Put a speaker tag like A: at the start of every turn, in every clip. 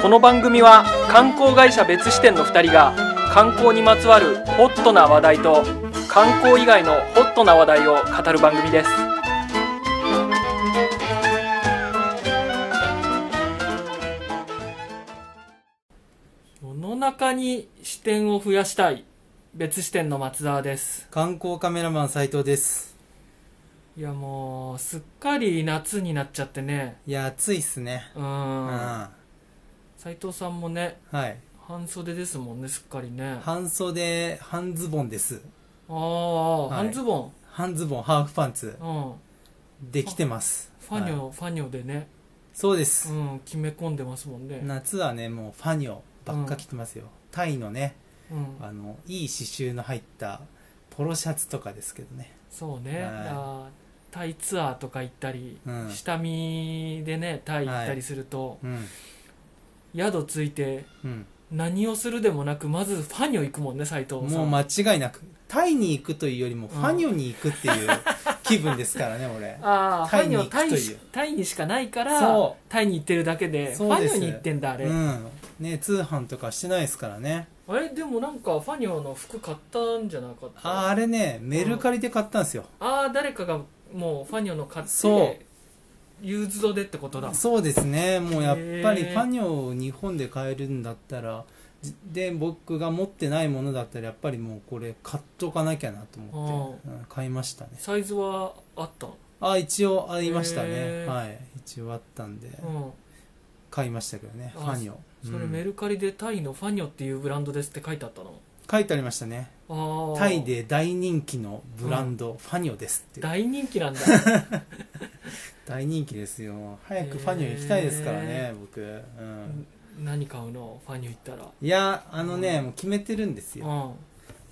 A: この番組は観光会社別支店の2人が観光にまつわるホットな話題と観光以外のホットな話題を語る番組です世の中に視点を増やしたい別支店の松沢です
B: 観光カメラマン斉藤です
A: いやもうすっかり夏になっちゃってね
B: いや暑いっすね
A: う
B: うんは
A: 斉藤さんもね
B: い
A: 半袖ですもんねすっかりねあ
B: 半袖半ズボンです
A: あー、
B: はい
A: 半ズボン
B: 半ズボンハーフパンツ
A: うん
B: できてます
A: ファニョ、
B: はい
A: ファニョでね、
B: そうで
A: う
B: す、
A: ん、決め込んでますもんね。
B: 夏はねもうファニョばっか着てますよ、タイのね
A: うん、
B: あのいい刺繍の入ったポロシャツとかですけどね
A: そうね、
B: はい
A: あータイツアーとか行ったり、
B: うん
A: 下見でね、タイ行ったりすると、
B: うん
A: 宿ついて、
B: うん
A: 何をするでもなく、まずファニョ行くもんね、斉藤さ。
B: もうん間違いなくタイに行くというよりもファニョに行くっ ていう気分ですからね、俺
A: ああ、フ
B: タ
A: ァ
B: イ
A: ニ
B: に
A: ョ
B: 行く
A: タイ
B: という
A: しタイにしかないから
B: そ、
A: タイに行ってるだけで、フ
B: そう
A: ァ
B: です
A: ニョに行ってんだ、あれ。
B: うんね通販とかしてないですからね
A: あれ、でもなんか、ファニョの服買ったんじゃなかった
B: あーあれねメルカリで買ったんですよ、
A: あー、誰かがもうファニョの買っ
B: そ
A: て、ユーズドでってことだ。
B: そうですねもうやっぱり
A: へー
B: ファニョを日本で買えるんだったらじで僕が持ってないものだったらやっぱりもうこれ買っとかなきゃなと思って、うん買いましたね
A: サイズはあったの
B: あ一応ありましたね
A: へー
B: はい一応あったんで
A: うん
B: 買いましたけどね
A: あ
B: ファニョ、
A: それ
B: うん
A: メルカリでタイのファニョっていうブランドですって書いてあったの
B: 書いてありましたね
A: ああ
B: タイで大人気のブランド、ファニョですって
A: 大人気 なんだ
B: 大人気ですよ早くファニョ行きたいですからね
A: へ
B: 僕、うん、
A: 何買うのファニョ行ったら
B: いやあのね、もう決めてるんですよ
A: うん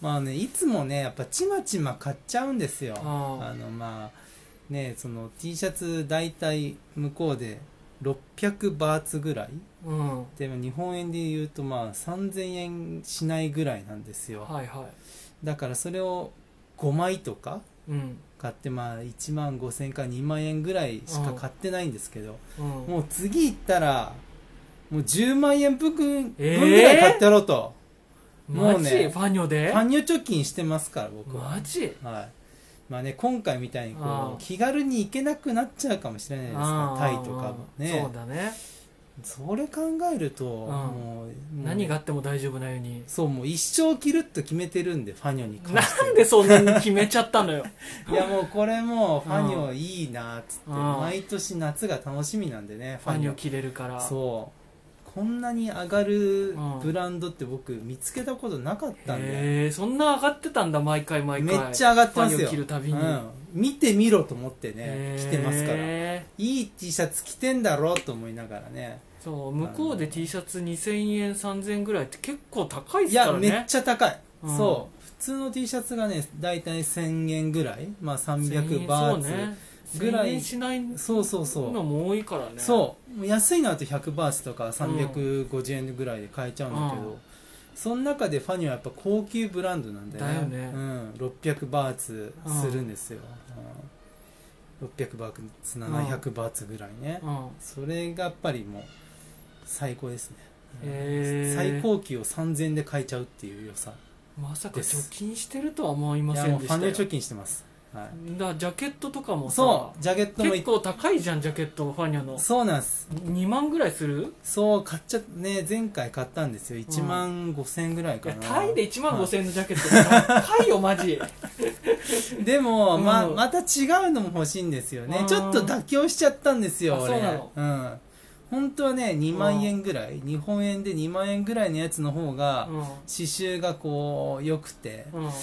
B: まあね、いつもね、やっぱちまちま買っちゃうんですよ。
A: ああ
B: あの、まあ、ね、その T シャツ大体向こうで600バーツぐらい。
A: うんは
B: でも日本円で言うとまあ3000円しないぐらいなんですよ。
A: いは
B: だからそれを5枚とか
A: いうん
B: 買ってまあ1万5000円か2万円ぐらいしか買ってないんですけど、
A: うん
B: もう次行ったら、もう10万円分分ぐ
A: ええ
B: らい買ってやろうと。もう
A: マ
B: ね
A: ジファニョで
B: 搬入貯金してますから僕は。
A: マジ
B: はいまあね、今回みたいに
A: あ
B: こ
A: あ
B: う気軽に行けなくなっちゃうかもしれないですからタイとかも
A: うん
B: ね
A: そうだね
B: それ考えると、もうもう
A: 何があっても大丈夫なように
B: そうもう一生着るっと決めてるんでファニョに関して
A: なんでそんなに決めちゃったのよ
B: いやもうこれもファニョいいなっつって
A: うん
B: 毎年夏が楽しみなんでね
A: ファニョ着れるから
B: そうこんなに上がる
A: うん
B: ブランドって僕見つけたことなかったんで
A: へえそんな上がってたんだ毎回毎
B: め
A: 回
B: っちゃ上がってます
A: ファニ
B: よ
A: ョ着るたびに、
B: うん見てみろと思ってね
A: へ
B: 着
A: ー
B: てますからいい T シャツ着てんだろうと思いながらね。
A: そう向こうで T シャツ2000円3000円ぐらいって結構高いで
B: い
A: すから
B: や、
A: ね
B: めっちゃ高い。
A: うん
B: そう。普通の T シャツがね、だいたい1000円ぐらい。まあ
A: 1000
B: 300
A: 円
B: バ
A: そう
B: ー
A: ね
B: ツぐらい
A: 1000円しない
B: ツ。そうそうそう。
A: のも多いからね
B: そう。もう安いのだと100バーツとか350円ぐらいで買えちゃうんだけど、
A: うん
B: その中でファニーはやっぱ高級ブランドなんだよね。
A: だよね
B: うん。600バーツするんですよ。うん600バーツ、700バーツぐらいね。
A: うん
B: それがやっぱりもう最高ですね。
A: へー
B: 最高級を3000円で買えちゃうっていう良さ
A: まさか
B: で
A: 貯
B: す
A: 金してるとは思いま
B: いや
A: せん
B: もう
A: でし
B: フ
A: た
B: ァ
A: よ
B: ンデ貯金してます、は
A: だジャケットとかも
B: い、
A: さ
B: そうジャケットもい
A: 結構高いじゃんジャケットファニャの
B: そうなんです
A: 2万ぐらいする
B: そう買っちゃね前回買ったんですよ1万5000円ぐらい
A: い
B: か
A: や
B: な、
A: タイで1万5000円のジャ ケット高いよマジ
B: でも、
A: うん
B: ままた違うのも欲しいんですよ
A: う
B: ね
A: ん
B: ちょっと妥協しちゃったんですよ
A: あ
B: 俺
A: そうなの
B: うん本当はね2万円ぐらい日本円で2万円ぐらいのやつの方が
A: うん
B: 刺繍がこう良くて
A: うん
B: こっ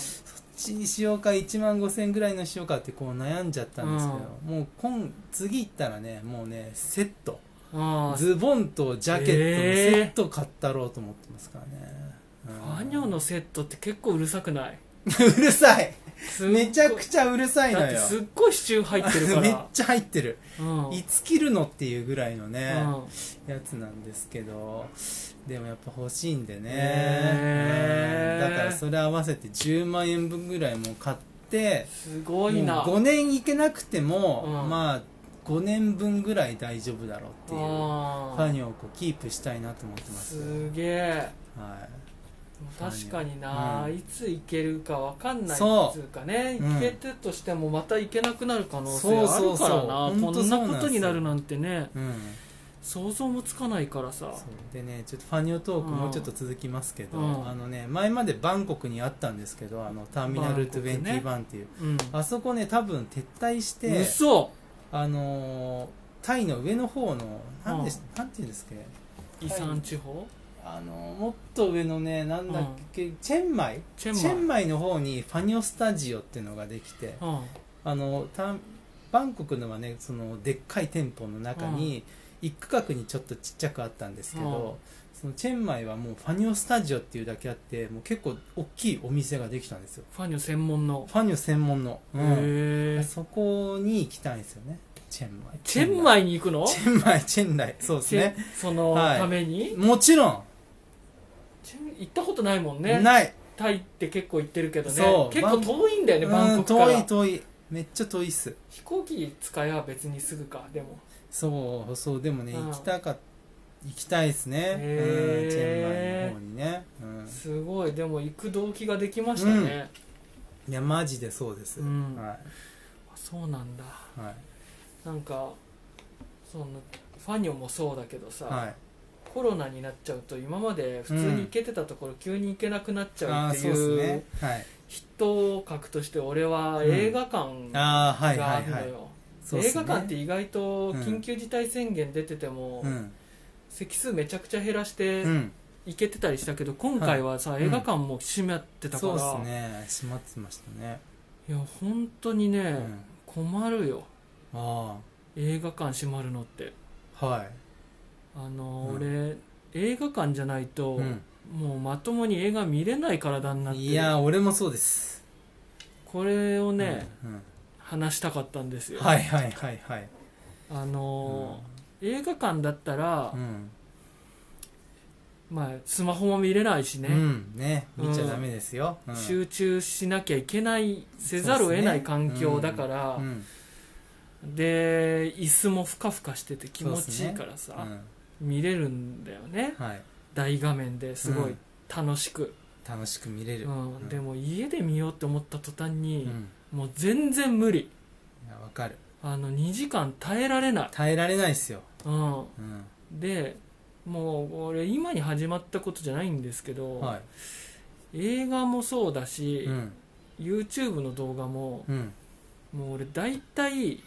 B: ちにしようか1万5000円ぐらいのしようかってこう悩んじゃったんですけど、もう今次行ったらねもうねセット
A: あー
B: ズボンとジャケット
A: えー
B: のセット買ったろうと思ってますからね、うん
A: ファニョのセットって結構うるさくない
B: うるさい
A: すっごい
B: めちゃくちゃうるさい
A: だっ
B: の
A: て
B: よ
A: すっごい支柱入ってるか
B: めっ
A: ら
B: ちゃ入ってる、
A: うん
B: いつ着るのっていうぐらいのね、
A: うん
B: やつなんですけどでもやっぱ欲しいんでね、
A: へー
B: うんだからそれ合わせて10万円分ぐらいもう買って
A: すごいな
B: もう5年行けなくても、
A: うん
B: まあ5年分ぐらい大丈夫だろうっていう
A: あ
B: カ
A: あ
B: ニをこうキープしたいなと思ってます
A: すげえ
B: は
A: 確かにな、
B: うん
A: いつ行けるか分かんないっ
B: そう
A: つうかね
B: うん
A: 行けてとしてもまた行けなくなる可能性あるからな
B: そうそうそう
A: こ
B: 本当
A: んな
B: そうなんですよ
A: ことになるなんてね
B: い、うん、
A: 想像もつかないからさ
B: そうでねちょっとファニオトークもうちょっと続きますけど、
A: うん
B: あのね前までバンコクにあったんですけどあのターミナル
A: バンコクね
B: 21っていう、
A: うん
B: あそこね多分撤退して
A: 嘘
B: あのータイの上の方のなんで、
A: うん
B: なんていうんですかね
A: 遺産地方
B: あのもっと上のねなんだっけ、チェンマイ
A: チェンマイ
B: の方にファニオスタジオっていうのができて
A: うん
B: あのたバンコクのはねそのでっかい店舗の中に、一区画にちょっとちっちゃくあったんですけど、そのチェンマイはもうファニオスタジオっていうだけあってもう結構大きいお店ができたんですよ
A: ファニョ専門の
B: ファニオ専門の、うん
A: へえ
B: そこに行きたいんですよねチェンマイ
A: チェン
B: イ
A: マイに行くの
B: チェンマイチェンライそうです
A: チェ
B: ね
A: ンその
B: はい
A: ために
B: もちろん、
A: チェン行ったことないもんね
B: ない
A: タイって結構行ってるけど
B: そ
A: ね
B: う
A: 結構遠いんだよねバ
B: う
A: ン
B: ん
A: コクか
B: 遠い
A: ら
B: 遠いめっちゃ遠いっす
A: 飛行機使えば別にすぐかでも
B: そうそうでもね、
A: うん
B: 行きたか行きたいですね、
A: へー
B: うん、チェンマイの方にね、うん、
A: すごいでも行く動機ができましたね、
B: いやマジでそうです、
A: うん
B: は
A: そうなんだ
B: いはい
A: なんかそのファニョもそうだけどさ、
B: はい
A: コロナになっちゃうと今まで普通に行けてたところ急に行けなくなっちゃう
B: ああ
A: って
B: そうです
A: い
B: ね
A: う
B: はい
A: 筆頭格として俺は映画館
B: ああはい
A: が
B: は
A: ある
B: い
A: の
B: は
A: よ、
B: いそうっす
A: 映
B: ね
A: 画館って意外と緊急事態宣言出てても、
B: うん
A: 席数めちゃくちゃ減らして
B: うん
A: 行けてたりしたけど今回はさ、
B: はい
A: 映画館も閉まってたから、
B: そうですね閉まってましたね、
A: いや本当にね、
B: うん、
A: 困るよ
B: あ
A: 映画館閉まるのって
B: あはい
A: あの、
B: う
A: 俺映画館じゃないと、
B: うん
A: もうまともに映画見れない体になってる
B: いや俺もそうです
A: これをね、
B: うんうん
A: 話したかったんですよ、
B: はいはいはいはい
A: あのー映画館だったら、
B: うん
A: まあ、スマホも見れないしね、
B: うんね見ちゃダメですよ、うん
A: 集中しなきゃいけないせざるを得ない環境だからで,、
B: うん
A: 椅子もふかふかしてて気持ちいいからさ、
B: う
A: 見れるんだよね
B: ん、はい
A: 大画面ですご
B: う
A: い
B: ん
A: 楽しく、
B: 楽しく見れる、
A: うん
B: うん
A: でも家で見ようって思った途端
B: うん、
A: に、もう全然無理
B: いやわかる
A: あの2時間耐えられない、
B: 耐えられないっすよ、
A: うん、
B: うん、
A: でもう俺今に始まったことじゃないんですけど、
B: は
A: 映画もそうだ
B: い
A: し、
B: うん、
A: YouTube の動画も
B: うん、
A: もう俺大体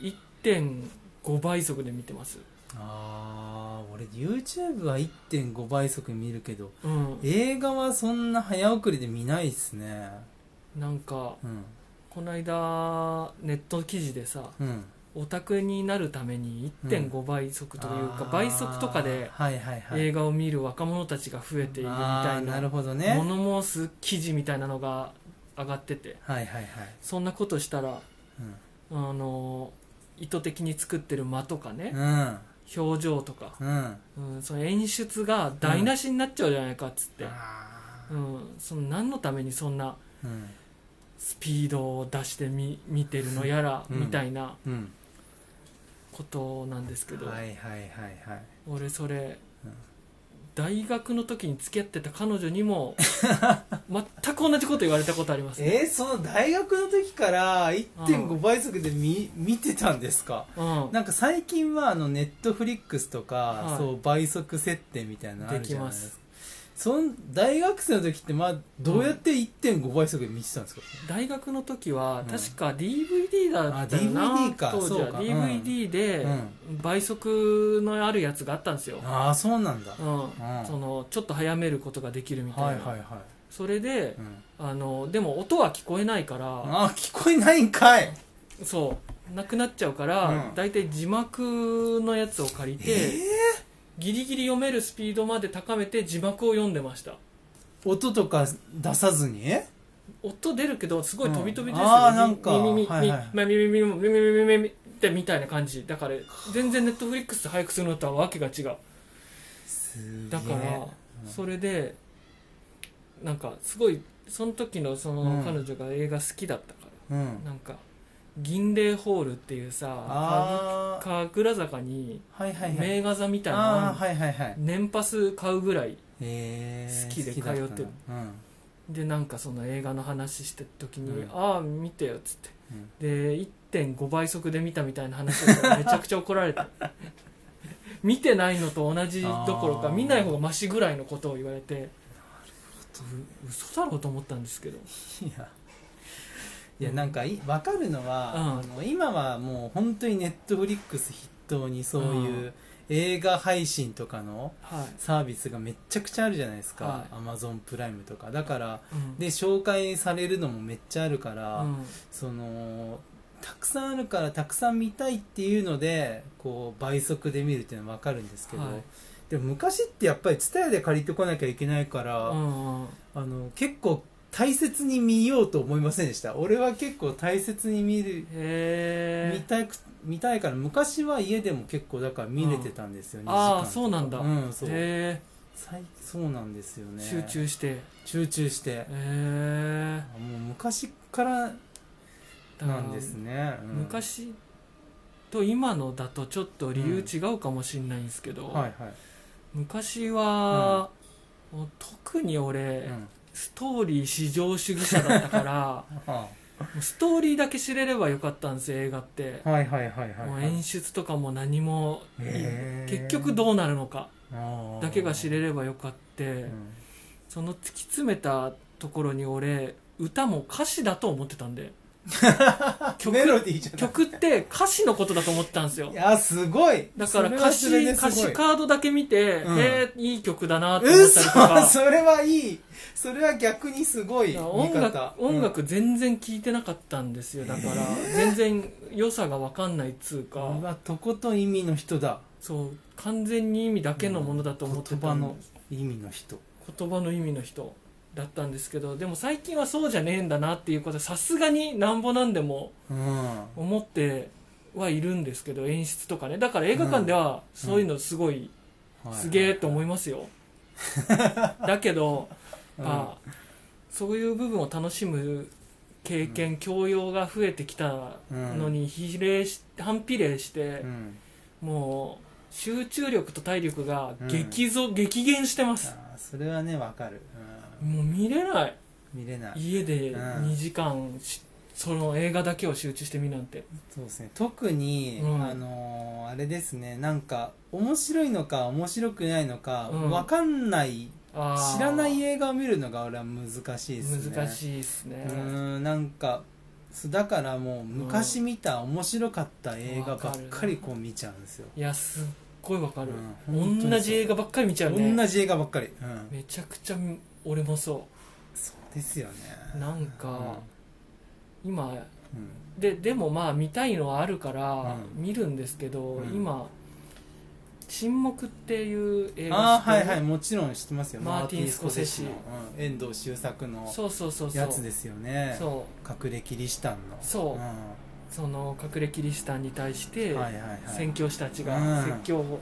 A: 1.5倍速で見てます、
B: あー俺 YouTube は1.5倍速見るけど
A: うん、
B: 映画はそんな早送りで見ないっすね
A: なんか
B: うん
A: この間ネット記事でさ
B: うん
A: オタクになるために1.5倍速というか、
B: あー
A: 倍速とかで
B: はいはいはい
A: 映画を見る若者たちが増えているみたい
B: あー
A: な
B: なるほどね
A: もの申す記事みたいなのが上がってて
B: はいはいはい、
A: そんなことしたらあの意図的に作ってる間とかね
B: う、ん
A: 表情とか、
B: うんうん
A: うん、その演出が台無しになっちゃうじゃないかっつって、
B: あ
A: う
B: ー
A: んその何のためにそんな
B: うん
A: スピードを出してみ見てるのやら、
B: うん
A: みたいな
B: うん
A: ことなんですけど、
B: はいはいはいはい
A: 俺それ、
B: うん
A: 大学の時に付き合ってた彼女に も全く同じこと言われたことあります、
B: えー、その大学の時から1.5倍速で見見てたんですか
A: うん、
B: なんか最近はあのネットフリックスとか、
A: はい
B: そう倍速設定みたいなのあるじゃないで
A: ですき
B: かその大学生の時ってまあどうやって1.5倍速で見てたんですか、
A: 大学の時は
B: うん
A: 確か DVD だったよな、
B: あ DVD か
A: 当時
B: そう
A: は
B: か
A: DVD で倍速のあるやつがあったんですよ、
B: ああそうなんだ、
A: うん
B: うん
A: そのちょっと早めることができるみたいな、
B: はいはいは
A: それで
B: い、うん、
A: あのでも音は聞こえないから
B: ああ聞こえないんかい
A: そうなくなっちゃうから、
B: うん
A: だいたい字幕のやつを借りて、ギリギリ読めるスピードまで高めて字幕を読んでました
B: 音とか出さずに
A: 音出るけどすごい飛び飛びですよ、
B: うんあーなんか
A: みみみみ
B: はいはい
A: まあみみみみみみみみみってみたいな感じだから全然ネットフリックスと早くするのとはわけが違う
B: すげ
A: だ
B: え
A: から、
B: うん
A: それでなんかすごいその時のそうの
B: ん
A: 彼女が映画好きだったから、
B: うん
A: なんか銀霊ホールっていうさ
B: ああ
A: か神楽坂に
B: はいはいはい
A: 名画座みたいなのあ
B: あ
A: ん
B: あはいはいはい
A: 年パス買うぐらい
B: へー
A: 好きで
B: 好だたな
A: 通ってる
B: うん
A: でなんかその映画の話してた時に「
B: うん
A: ああ見てよ」っつって
B: う
A: で
B: ん
A: 1.5倍速で見たみたいな話をしたらめちゃくちゃ怒られた 見てないのと同じどころか
B: あー
A: 見ない方がマシぐらいのことを言われてう嘘だろうと思ったんですけど
B: いやいやなんかい分かるのは、
A: うん
B: あの今はもう本当にネットフリックス筆頭にそういうう映画配信とかの
A: はい、
B: サービスがめっちゃくちゃあるじゃないです
A: は
B: か、アマゾンプライムとかだから
A: うん
B: で紹介されるのもめっちゃあるか
A: う
B: ら、
A: ん
B: そのたくさんあるからたくさん見たいっていうのでこう倍速で見るっていうのは分かるんですけど、
A: はい
B: でも昔ってやっぱり TSUTAYA で借りてこなきゃいけないから、
A: うんうん
B: あの結構大切に見ようと思いませんでした俺は結構大切に見る、
A: へ
B: 見
A: え
B: たく見たいから昔は家でも結構だから見れてたんですよ、ね
A: ああそうなんだ、
B: うんそう
A: へ
B: 最そうなんですよ
A: え
B: ね
A: 集中してへ
B: 集中して
A: え
B: あもう昔からなんですね、うん
A: 昔と今のだとちょっと理由違うかもしれないんですけど、
B: はいはい、
A: 昔は、もう特に俺、
B: うん
A: ストーリー至上主義者だったから
B: あ
A: もうストーリーだけ知れればよかったんですよ映画って、
B: はいはいはいはい、
A: もう
B: はい、
A: 演出とかも何もいい
B: へー
A: 結局どうなるのかだけが知
B: れ
A: れればよかって、
B: うん
A: その突き詰めたところに俺歌も歌詞だと思ってたんで曲
B: メロディーじゃない
A: 曲って歌詞のことだと思ってたんですよ
B: いやすごい
A: だから
B: それ
A: 歌
B: はそ
A: 詞
B: れですごい
A: 歌詞カードだけ見て、
B: うん
A: えーいい曲だなと思
B: う
A: ったりとか
B: それはいいそれは逆にすごい見
A: 音
B: 方
A: 楽音楽全然聴いてなかったんですよだから全然良さが分かんないっつう
B: うんう
A: か
B: わとことん意味の人だ
A: そう完全に意味だけのものだと思って
B: 言
A: た
B: 葉
A: ん
B: の
A: です
B: 意味の人
A: 言葉の意味の人だったんですけどでも最近はそうじゃねえんだなっていうことはさすがになんぼなんでも
B: うん
A: 思ってはいるんですけど演出とかねだから映画館ではそういうのすごい、すげえと思いますよだけど、
B: うん
A: あそういう部分を楽しむ経験、教養が増えてきたのに比例し反比例して
B: う、ん
A: もう集中力と体力が激増、激減してます、
B: あーそれはねわかる、
A: もう見れない
B: うん、見れない
A: 家で
B: うん
A: 2時間しその映画だけを集中して見なんて
B: そうですね特に、
A: うん
B: あのーあれですねなんか面白いのか面白くないのか、
A: うん
B: わかんない
A: あー
B: 知らない映画を見るのが俺は難しいですね
A: 難しいですね
B: うーんなんかそうだからもう昔見た面白かった映画ばっかりこう見ちゃうんですよ、
A: いやすっごいわかる、
B: うん本当にそう
A: 同じ映画ばっかり見ちゃうね
B: 同じ映画ばっかり、うん、
A: めちゃくちゃ俺もそ
B: そうですよ
A: う
B: ね
A: なんか、今
B: うん
A: ででもまあ見たいのはあるから
B: うん
A: 見るんですけど、
B: うん
A: 今「沈黙」っていう映
B: あ
A: 画
B: あ
A: 知って
B: はい
A: る
B: はいもちろん知ってますよ
A: マーティン
B: の、うん遠藤周作の
A: そうそうそうそう
B: やつですよね
A: そう
B: 隠れキリシタンの
A: そうんその隠れキリシタンに対して
B: はいはいはい
A: 宣教師たち
B: う
A: が
B: ん
A: 説教を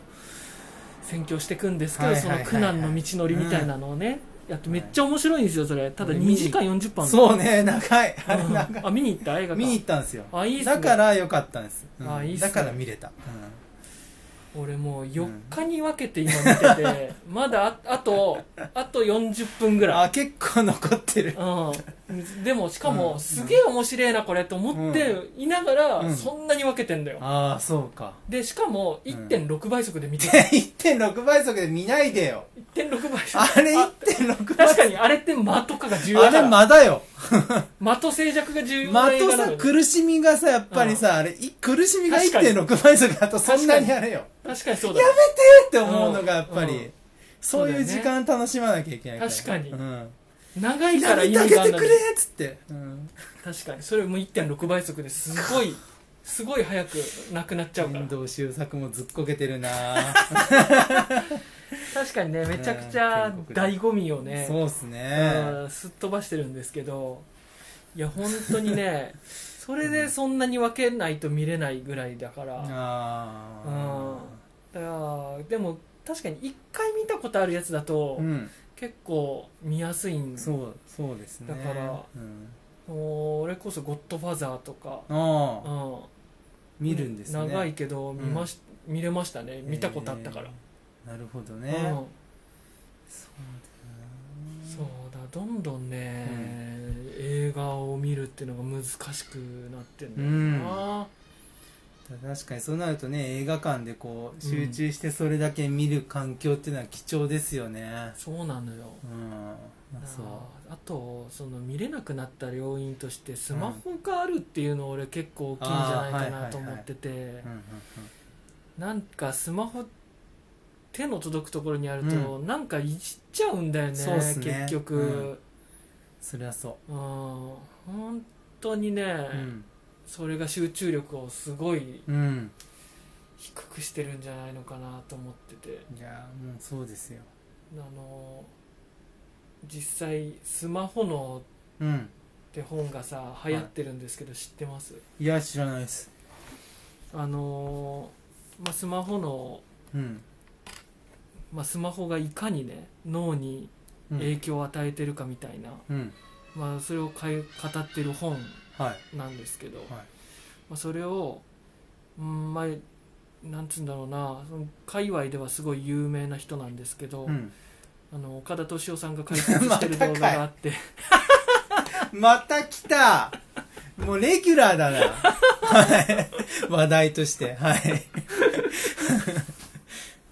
A: 宣教していくんですけど、
B: はいはいはいはい
A: その苦難の道のりみたいなのをね、やってめっちゃ面白いんですよそれただ
B: うん
A: 2時間40分ある
B: そうね長いあれ
A: うん
B: 長い
A: あ見に行った映画館
B: 見に行ったんですよ
A: あいいっすね
B: だから良かったんです、うん
A: あいいっすね
B: だから見れた、
A: 俺もう4日に分けて今見て て、まだああとあと40分ぐ
B: うん、
A: らい、
B: あ結構残ってる
A: うん、でもしかも、
B: うん
A: すげえ面白いなこれと思っていながら、
B: うん
A: そんなに分けてんだよ、
B: ああそうか
A: でしかも
B: うん
A: 1.6倍速で見 てる、
B: 1.6倍速で見ないでよ
A: 1.6倍速
B: あれ1.6倍
A: 確
B: 速
A: かにあれって間とかが重要
B: あ
A: だか
B: れ
A: ら
B: 間だよ
A: 間と静寂が重要な
B: 的
A: 映画なの
B: さ
A: よ
B: 苦しみがさやっぱりさあれい苦しみが
A: 確かに
B: 1.6倍速だとそんなにあれよ
A: 確かにそう
B: や
A: だ
B: めてって思うのがやっぱ
A: うんうん
B: りそういう時間楽しまなきゃいけないから
A: 確かに
B: うん
A: 長い
B: や
A: から
B: め
A: 意
B: てあ
A: 味
B: げ
A: があ
B: て
A: るの
B: く
A: に
B: れっつってうん
A: 確かにそれも1.6倍速ですごいすごい早くなくなっちゃうから
B: 遠藤周作もずっこけてるな
A: 確かにねめちゃくちゃ醍醐味をね
B: そうっすね
A: うんすっ飛ばしてるんですけどいや本当にね それでそんなに分けないと見れないぐらいだから、だか
B: あ
A: らでも確かに1回見たことあるやつだ
B: あ
A: と
B: うん
A: 結構見やすいん
B: そうそうですね
A: だから
B: うん
A: もう俺こそ「ゴッドファザー」とか、う
B: ああ
A: ん、
B: 見るんですね
A: 長いけど見まし、見れましたね見たことあったから、
B: えーなるほどね、そうだ
A: う
B: よ
A: ん、
B: な
A: そうだどんどんね、映画を見るっていうのが難しくなってんだよな、
B: 確かにそうなるとね映画館でこう集中してそれだけ見る環境っていうのは貴重ですよね
A: そうなのよ、
B: うん、まあ、そう
A: あとその見れなくなった要因としてスマホがあるっていうの俺結構大きいんじゃないかなと思ってて
B: うんうんうん
A: なんかスマホ手の届くところにあると、なんかいじっちゃうんだよね
B: そうっすね
A: 結局、
B: それはそ
A: うん、本当にね、
B: ううん、
A: それが集中力をすごい
B: うん、
A: 低くしてるんじゃないのかなと思ってて
B: いやもうそうですよ
A: あの実際スマホの
B: うん
A: って本がさ流行ってるんですけど、知ってます
B: いや知らないです
A: あのーまあ、スマホの、
B: うん、
A: まあ、スマホがいかにね脳に
B: うん
A: 影響を与えてるかみたいな、
B: うん
A: まあ、それをかい語ってる本
B: はい
A: なんですけど、ま
B: はい
A: あ、それを、うんまあ、なんつうんだろうなその界隈ではすごい有名な人なんですけど、
B: うん、
A: あの岡田敏夫さんが解説してる動画があって
B: また来たもうレギュラーだな。はい。話題として。はい。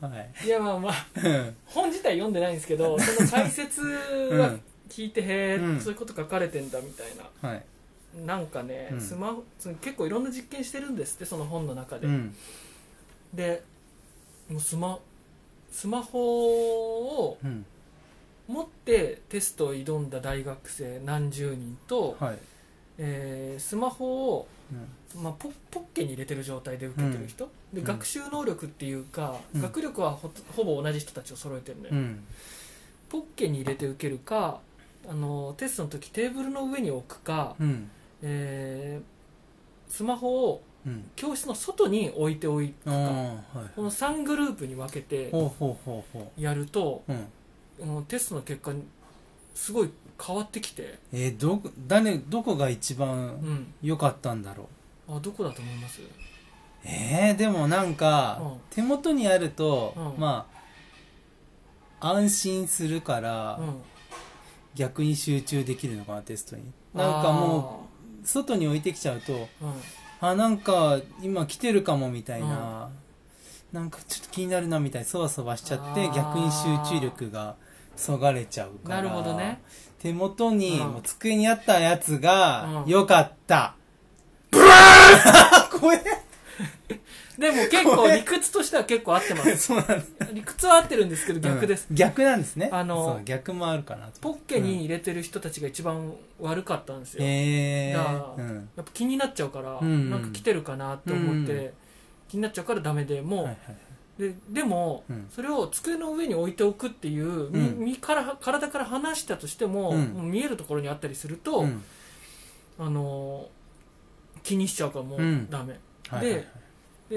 B: はい。
A: いやまあまあ
B: うん
A: 本自体読んでないんですけどその解説
B: う
A: は
B: ん。
A: 聞いて、へえ、
B: うん
A: そういうこと書かれてんだみたいな
B: はい。
A: なんかね、
B: うん
A: スマホその結構いろんな実験してるんですってその本の中で、
B: うん。
A: でもうスマスマホを
B: うん。
A: 持ってテストを挑んだ大学生何十人と、
B: はい。
A: えースマホを、
B: うん
A: まあ、ポポッケに入れてる状態で受けてる人、
B: うん
A: で学習能力っていうか、
B: うん
A: 学力はほほぼ同じ人たちを揃えてるんだよ、
B: うん。
A: ポッケに入れて受けるかあのテストの時テーブルの上に置くか、
B: うん。
A: えースマホを
B: うん。
A: 教室の外に置いておい
B: ああ、はい。
A: この3グループに分けて
B: ほうほうほうほ
A: やると
B: う。うん。
A: うんテストの結果にすごい変わってきて、
B: えー、どこ、誰、どこが一
A: う
B: 番
A: ん、
B: 良かったんだろう。
A: あどこだと思います
B: えー、でもなんか、
A: うん
B: 手元にあると、
A: うん
B: まあ、安心するから、
A: うん、
B: 逆に集中できるのかな、テストに。なんかもう、
A: う
B: 外に置いてきちゃうと、
A: うん、
B: あ、なんか今来てるかもみたいな、なんかちょっと気になるなみたいにそわそわしちゃって
A: あー
B: 逆に集中力がそがれちゃうか
A: な
B: ら。
A: るほどね。
B: 手元に、
A: うん
B: もう机にあったやつが
A: うん
B: 良かった。ブワー怖え
A: でも結
B: ご
A: 構
B: めん
A: 理屈としては結構合ってます
B: そうなんです。
A: 理屈は合ってるんですけど逆です、
B: うん逆なんですね。
A: あの
B: そう逆もあるかなと。
A: ポッケに入れてる人たちが一番悪かったんですよ、
B: え
A: だ
B: ー
A: か。
B: う
A: らや
B: ん。
A: っぱ気になっちゃうから、
B: うん
A: なんか来てるかなって思って、
B: う
A: 気になっちゃうからダメでもう、
B: はいはい
A: ででも、
B: うん
A: それを机の上に置いておくっていう、み
B: うん
A: みから体から離したとしても,、
B: うん
A: もう見えるところにあったりすると、
B: うん
A: あのー気にしちゃうからもう
B: うん
A: ダメ、
B: はいはいはい
A: で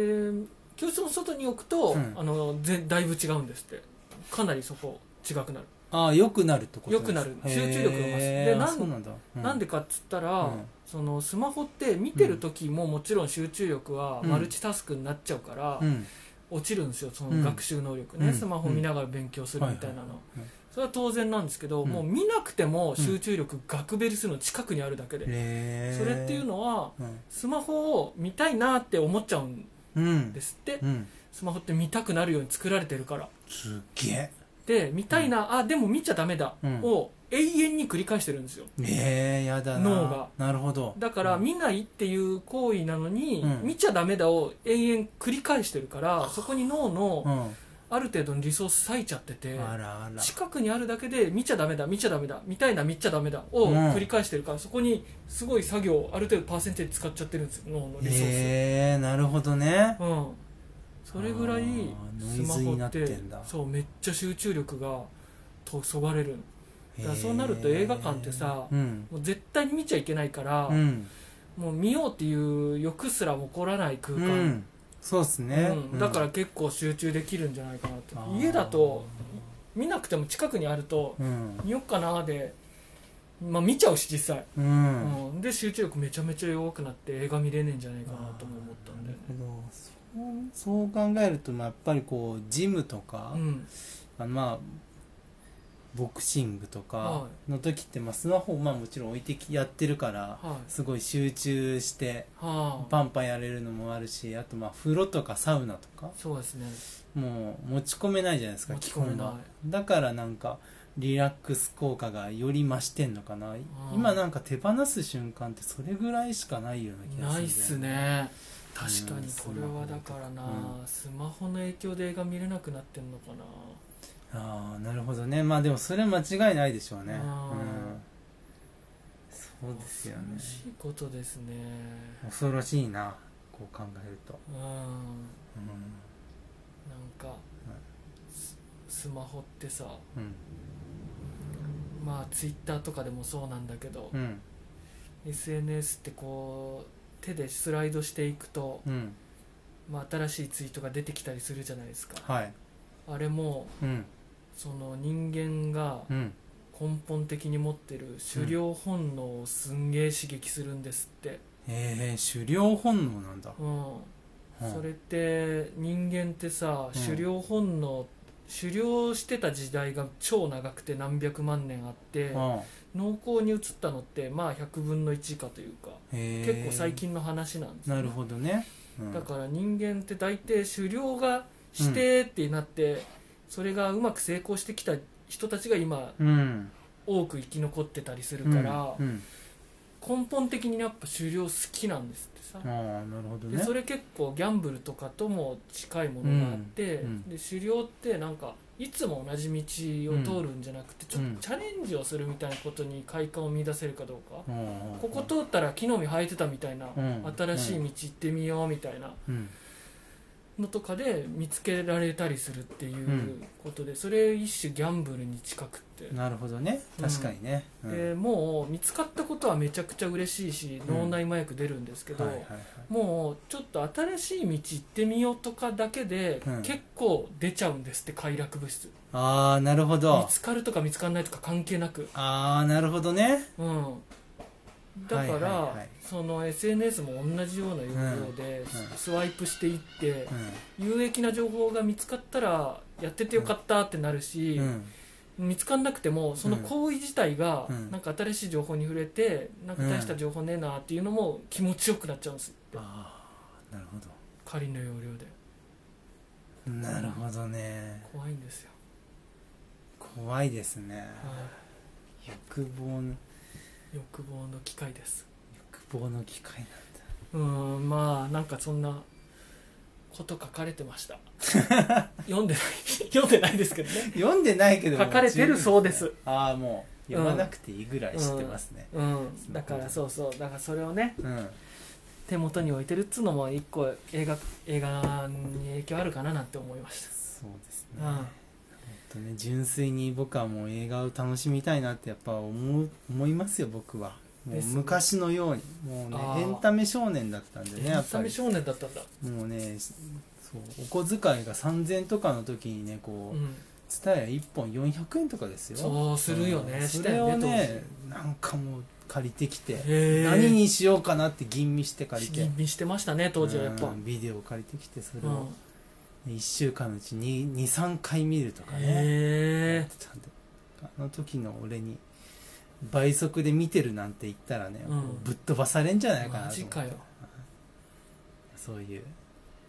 A: 教室の外に置くと、
B: うん
A: あのぜだいぶ違うんですってかなりそこ違くなる、
B: ああ、良くなるってことです
A: 良くなる集中力が増す
B: へー
A: でなん
B: あそうなんだ。う
A: なんでかっつったら、
B: うん
A: そのスマホって見てる時ももちろん集中力は
B: うん
A: マルチタスクになっちゃうから、
B: うん。
A: 落ちるんですよその
B: うん
A: 学習能力ね、
B: うん
A: スマホ見ながら勉強するみたいなの、
B: いはいはい
A: それは当然なんですけど、
B: うん
A: もう見なくても集中力がくべりするの近くにあるだけで、
B: へー
A: それっていうのは
B: うん
A: スマホを見たいなって思っちゃうん
B: うん
A: ですって、
B: うん
A: スマホって見たくなるように作られてるから
B: すっげえ
A: で見たいな、あでも見ちゃダメだ、
B: うん
A: を永遠に繰り返してるんですよ
B: えー、やだな
A: 脳が
B: なるほど
A: だから
B: うん
A: 見ないっていう行為なのに、
B: うん
A: 見ちゃダメだを延々繰り返してるからそこに脳
B: う
A: の
B: ん
A: ある程度のリソース割いちゃってて、
B: あらあら
A: 近くにあるだけで見ちゃダメだ見ちゃダメだ見たいな見ちゃダメだを
B: うん
A: 繰り返してるから、そこにすごい作業をある程度パーセンテージ使っちゃってるんですよ脳のリソース、
B: えー、なるほどね
A: うん、それぐらい
B: あーノ
A: ス
B: イ
A: マ
B: ズ
A: ホ
B: にな
A: っ
B: って
A: て
B: んだ
A: そうめっちゃ集中力がとそがれるだからそうなると映画館ってさ
B: えーうん
A: もう絶対に見ちゃいけないから、
B: うん
A: もう見ようっていう欲すらも起こらない空
B: う
A: 間、
B: んそうっすね
A: うんだから結構集中できるんじゃないかなって
B: うん
A: 家だと見なくても近くにあると
B: うん
A: 見よっかなーでまあ、見ちゃうし実際、
B: う
A: うんんで集中力めちゃめちゃ弱くなって映画見れねえんじゃないかなとも思ったんだよね
B: なるほどそうそう考えると、まあ、やっぱりこうジムとか、
A: うん
B: あのまあボクシングとか
A: は
B: の時って、まあ、スマホをまあもちろん置いてきやってるから
A: はい
B: すごい集中して
A: はあ
B: パンパンやれるのもあるしあとまあ風呂とかサウナとか
A: そうですね
B: もう持ち込めないじゃないですか
A: 持ち込めない
B: 基本はだからなんかリラックス効果がより増してんのかな今なんか手放す瞬間ってそれぐらいしかないような気がす
A: な
B: る
A: い
B: ん
A: っ
B: だよ
A: すね確か
B: う
A: に
B: ん
A: これはだからな、スマホの影響で映画見れなくなってんのかな
B: ああなるほどねまあでもそれは間違いないでしょうねうん
A: あー
B: そうですよね
A: 楽しいことですね
B: 恐ろしいなこう考えると、
A: うん
B: う
A: なんかススマホってさ
B: んうん
A: まあツイッターとかでもそうなんだけど、
B: うん
A: SNS ってこう手でスライドしていくと、
B: うん
A: まあ、新しいツイートが出てきたりするじゃないですか
B: はい
A: あれも
B: うん
A: その人間が
B: うん
A: 根本的に持ってる狩猟本能をすんげえ刺激するんですって、
B: ええ狩猟本能なんだ、
A: うん
B: うん
A: それって人間ってさ
B: うん
A: 狩猟本能、狩猟してた時代が超長くて何百万年あって
B: うん
A: 農耕に移ったのってまあ100分の1以下というか
B: へー
A: 結構最近の話なんですよ
B: なるほどね、うん
A: だから人間って大抵狩猟がしてってなって、それがうまく成功してきた人たちが今
B: うん
A: 多く生き残ってたりするから、
B: うん
A: 根本的にやっぱ狩猟好きなんですってさ、
B: うん、ああなるほどね
A: でそれ結構ギャンブルとかとも近いものがあって、
B: うんうん
A: で狩猟ってなんかいつも同じ道を通るんじゃなくてちょっ
B: うん
A: とチャレンジをするみたいなことに快感を見出せるかどうか、
B: うん
A: ここ通ったら木の実生えてたみたいな、
B: うん
A: 新しい道行ってみようみたいな
B: うん
A: のとかで見つけられたりするっていうんことで、それ一種ギャンブルに近くって。
B: なるほどね確かにね、うん
A: でもう見つかったことはめちゃくちゃ嬉しいし
B: うん
A: 脳内麻薬出るんですけど、
B: はいはいはい
A: もうちょっと新しい道行ってみようとかだけで、
B: うん
A: 結構出ちゃうんですって快楽物質
B: ああなるほ
A: 見
B: ど
A: つかるとか見つからないとか関係なく
B: ああなるほどね
A: うんだから、
B: はいはいはい
A: その SNS も同じような要領で、スワイプしていって、
B: う
A: 有益な情報が見つかったらやっててよかったってなるし、
B: んうん
A: 見つからなくてもその行為自体が
B: うん
A: なんか新しい情報に触れてなんか大した情報ねえなっていうのも気持ちよくなっちゃうんですって
B: ああなるほ
A: 仮の要領で
B: どなるほどね
A: 怖いんですよ、
B: 怖いですね
A: は
B: 欲望の
A: い欲望の機会です
B: 欲望の機会
A: うーんまあなんかそんなこと書かれてま した読んでない読んでないですけどね
B: 読んでないけども
A: 書かれてるそうです
B: ああもう読まなくていいぐらい知ってますね
A: うんだからそうそうだからそれをね
B: うん、
A: 手元に置いてるっつうのも一個映画映画に影響あるかななんて思いまし
B: そうですね
A: た、うん
B: 本当ね純粋に僕はもう映画を楽しみたいなってやっぱ思う思いますよ僕はも
A: で
B: う
A: すね
B: 昔のようにもうね
A: あー
B: エンタメ少年だったんでね
A: エ
B: や
A: ン
B: っ
A: タ
B: ぱ
A: メ
B: り
A: 少年だったんだ、
B: もうねそうお小遣いが3000とかの時にねこ
A: う、
B: うん蔦屋1本400円とかですよ
A: そうするよ
B: う
A: ね
B: ん
A: し
B: そ
A: た
B: れ
A: よね
B: をねなんかもう借りてきて
A: 当時へえ
B: 何にしようかなって吟味して借りて
A: 吟味してましたね当時はやっぱ、う
B: うんんビデオ借りてきてそれを1週間のうちに23回見るとかねやっ
A: へえ
B: てたんであの時の俺に倍速で見てるなんて言ったらね、
A: うん
B: もうぶっ飛ばされんじゃないかな
A: マ
B: と
A: ジ
B: 思って
A: かよ
B: そういう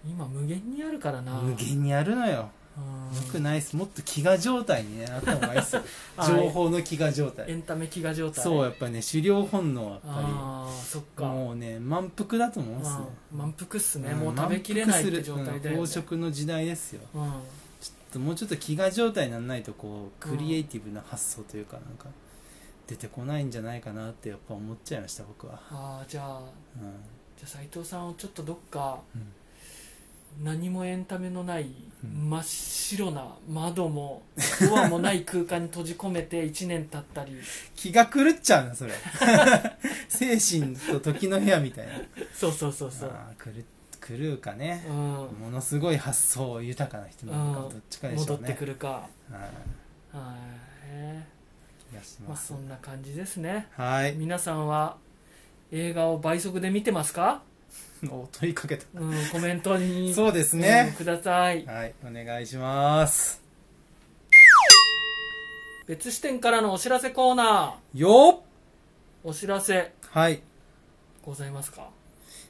A: 今無限にあるからな
B: 無限にあるのよ
A: うん
B: よくないっすもっと飢餓状態にねなった方がいい っすよ
A: あー
B: 情報の飢餓状態
A: エンタメ飢餓状態
B: そうやっぱりね狩猟本能はやっぱ
A: ああそっ
B: り
A: か
B: もうね満腹だと思うんですね
A: うん満腹っすね、
B: ん
A: もう食べきれないって状態で、
B: 満腹するうん飽食の時代ですよ
A: うん
B: ちょっともうちょっと飢餓状態にならないとこうクリエイティブな発想というかなんか出てこないんじゃないかなってやっぱ思っちゃいました僕は、
A: ああじゃあ
B: うん、
A: じゃあ斎藤さんをちょっとどっか、
B: うん
A: 何もエンタメのない
B: うん
A: 真っ白な窓もドアもない空間に閉じ込めて1年 経ったり
B: 気が狂っちゃう なそれ精神と時の部屋みたいな
A: そうそうそうそう
B: あー狂狂うかね
A: う、ん
B: ものすごい発想豊かな人なの
A: う
B: か
A: ん
B: どっちかでしょ
A: 戻
B: う
A: って
B: ね
A: くるか
B: はい
A: はい
B: 気がし
A: ま
B: ま
A: あ
B: す
A: そ。んな感じですね
B: はい。
A: 皆さんは映画を倍速で見てますか、
B: お問いかけた。
A: うん、コメント に
B: そうですね
A: うん。ください
B: はい、お願いします。
A: 別視点からのお知らせコーナ
B: よっ
A: ーお知らせ
B: はい。
A: ございますか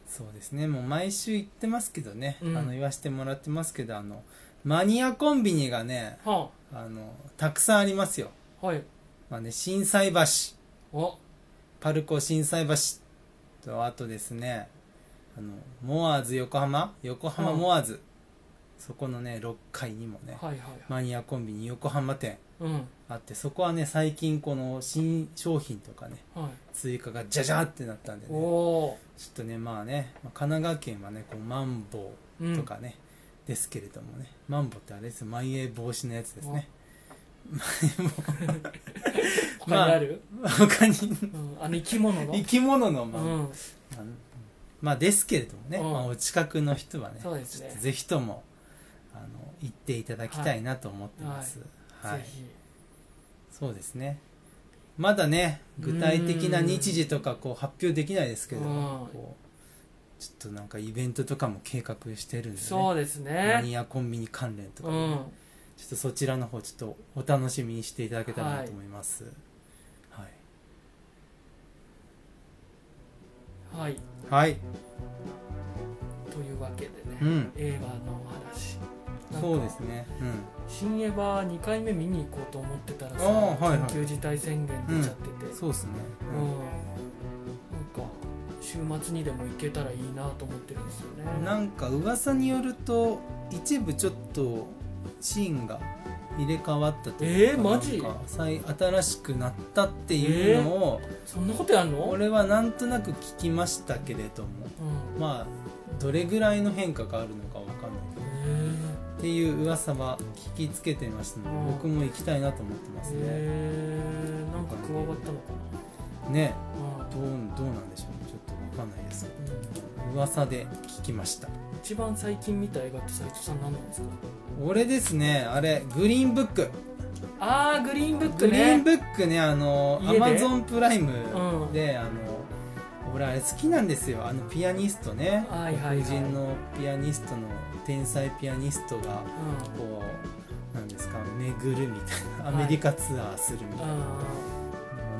B: そうですね。もう毎週言ってますけどね。
A: うん
B: あの、言わせてもらってますけど、あの、マニアコンビニがね、
A: は
B: あの、たくさんありますよ。
A: あはい
B: まあね、震災橋、
A: お
B: パルコ震災橋と、あとですね、あの、モアーズ横浜横浜モアーズ、そこのね、6階にもね、
A: はいはいはい、
B: マニアコンビニ横浜店
A: うん
B: あって、そこはね、最近この新商品とかね、
A: はい
B: 追加がジャジャーってなったんでね。
A: おお
B: ちょっとね、まあね、まあ神奈川県はね、こう、マンボ
A: ー、う
B: ウ
A: ん、
B: とかね、ですけれどもね、マンボウってあれですよ、まん延防止のやつですね。
A: 他にある、
B: 他に、
A: うん、あの生き物の
B: 生き物の
A: う
B: マンボウ、
A: ん、
B: まあまあですけれどもね、
A: うん
B: まあお近くの人はね、
A: そうですね
B: ちょっとぜひとも、あの、行っていただきたいなと思ってます。はい。
A: ぜひ
B: そうですね。まだね、具体的な日時とかこう発表できないですけれども、
A: うん
B: こうちょっとなんかイベントとかも計画してるんでね。
A: そうです
B: マ
A: ね
B: ニアコンビニ関連とか
A: う
B: ね、
A: ん
B: ちょっとそちらの方ちょっとお楽しみにしていただけたらなと思いますはい
A: はい
B: はい、
A: というわけで
B: う
A: ね、
B: ん
A: 映画のお話なんか
B: そうですね
A: 新エヴァ2回目見に行こうと思ってたらさ、
B: あーはいはい
A: 緊急事態宣言出ちゃってて、
B: うんそうですね、
A: うんなんか週末にでも行けたらいいなと思ってるんですよね
B: うんなんか噂によると一部ちょっとシーンが入れ替わったというか
A: えーマジ
B: なんか再新しくなったっていうのを、
A: そんなことやんの、うん、
B: 俺はなんとなく聞きましたけれどもまあどれぐらいの変化があるのかわかんないけど
A: え
B: っていう噂は聞きつけてましたので僕も行きたいなと思ってま
A: ー
B: すね、
A: えー、なんか加わったのか
B: ね
A: な、
B: どうどうなんでしょうねちょっとわかんないですけ
A: うんうん
B: ど噂で聞きました
A: 一番最近見た映画って斉藤さん何なんですか
B: 俺ですねあれグリーンブック
A: あーグリーンブック
B: グリー
A: ね
B: ンブックねあのア
A: 家で
B: マゾンプライム
A: うん
B: で、あの俺あれ好きなんですよあのピアニストね
A: はいはいはい
B: 黒人のピアニストの天才ピアニストが
A: うん
B: こうなんですか巡るみたいなアメリカツアーするみたいな、
A: あ
B: も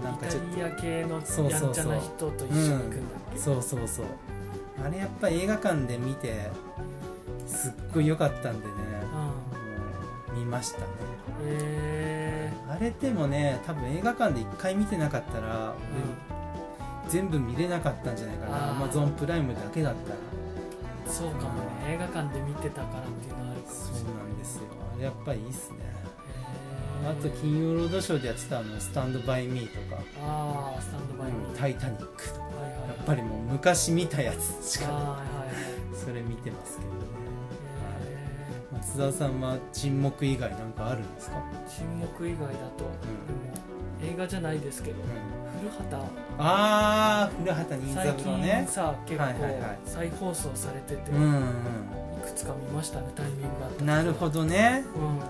B: うなんかちょっと
A: ーイタリア系の
B: そう
A: や
B: そ
A: ん
B: う
A: ちゃ
B: そう
A: な人と一緒に行くんだっけ
B: そうそうそうあれやっぱ映画館で見てすっごい良かったんでね
A: うん
B: もう見ましたね
A: え
B: あれでもね多分映画館で1回見てなかったら
A: ー
B: 俺全部見れなかったんじゃないかな
A: あ
B: Amazon
A: ー
B: プライムだけだったら
A: うんそうかもね映画館で見てたからっていうのはあるかもし
B: そうなんですよあれやっぱりいいっすね
A: れない
B: あと
A: へー
B: 金曜ロードショーでやってたあの「スタンドバイミー」とか
A: あースタンドバイミー
B: 「タイタニック」とか
A: はいはい
B: や
A: はい
B: っぱりもう昔見たやつし
A: あー
B: か
A: はいはい
B: それ見てますけどね
A: え
B: 松田さんは沈黙以外なんかあるんですか
A: ー沈黙以外だと、でも映画じゃないですけど古畑
B: ああ古畑任
A: 最
B: 三郎
A: 近
B: ね
A: さ結構
B: はいはいはい
A: 再放送されてて、
B: うん
A: い
B: うん
A: くつか見ましたねタイミングがあった
B: なるほどね
A: ど、うん、
B: はいはい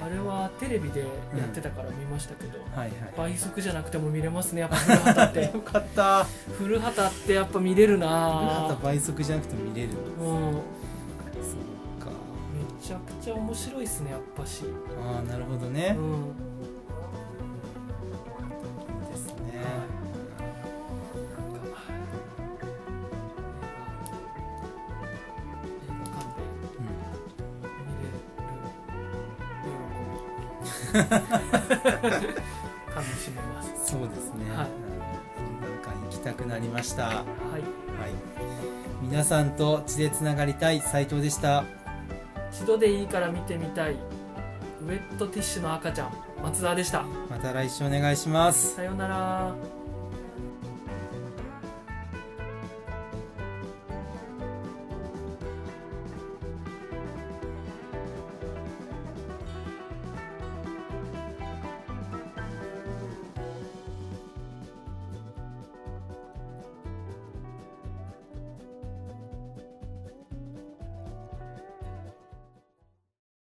A: あ
B: はい
A: れはテレビでやってたから見ましたけど、
B: はいは
A: 倍速じゃなくても見れますねやっぱ古畑っ
B: い
A: て
B: よかった
A: 古畑ってやっぱ見れる
B: 古
A: な
B: 畑倍速じゃなくて見れる
A: ぁうんめ
B: そうか
A: ちゃくちゃ面白いっすねやっぱし、
B: ああなるほど
A: う
B: ね
A: ん、
B: いいですね
A: なんか映画映画館で見れる喜び かみしめます
B: そうですね
A: はい
B: なんか行きたくなりましたは
A: はい
B: い皆さんと血でつながりたい斉藤でした
A: 一度でいいから見てみたいウェットティッシュの赤ちゃん松田でした
B: また来週お願いします
A: さようなら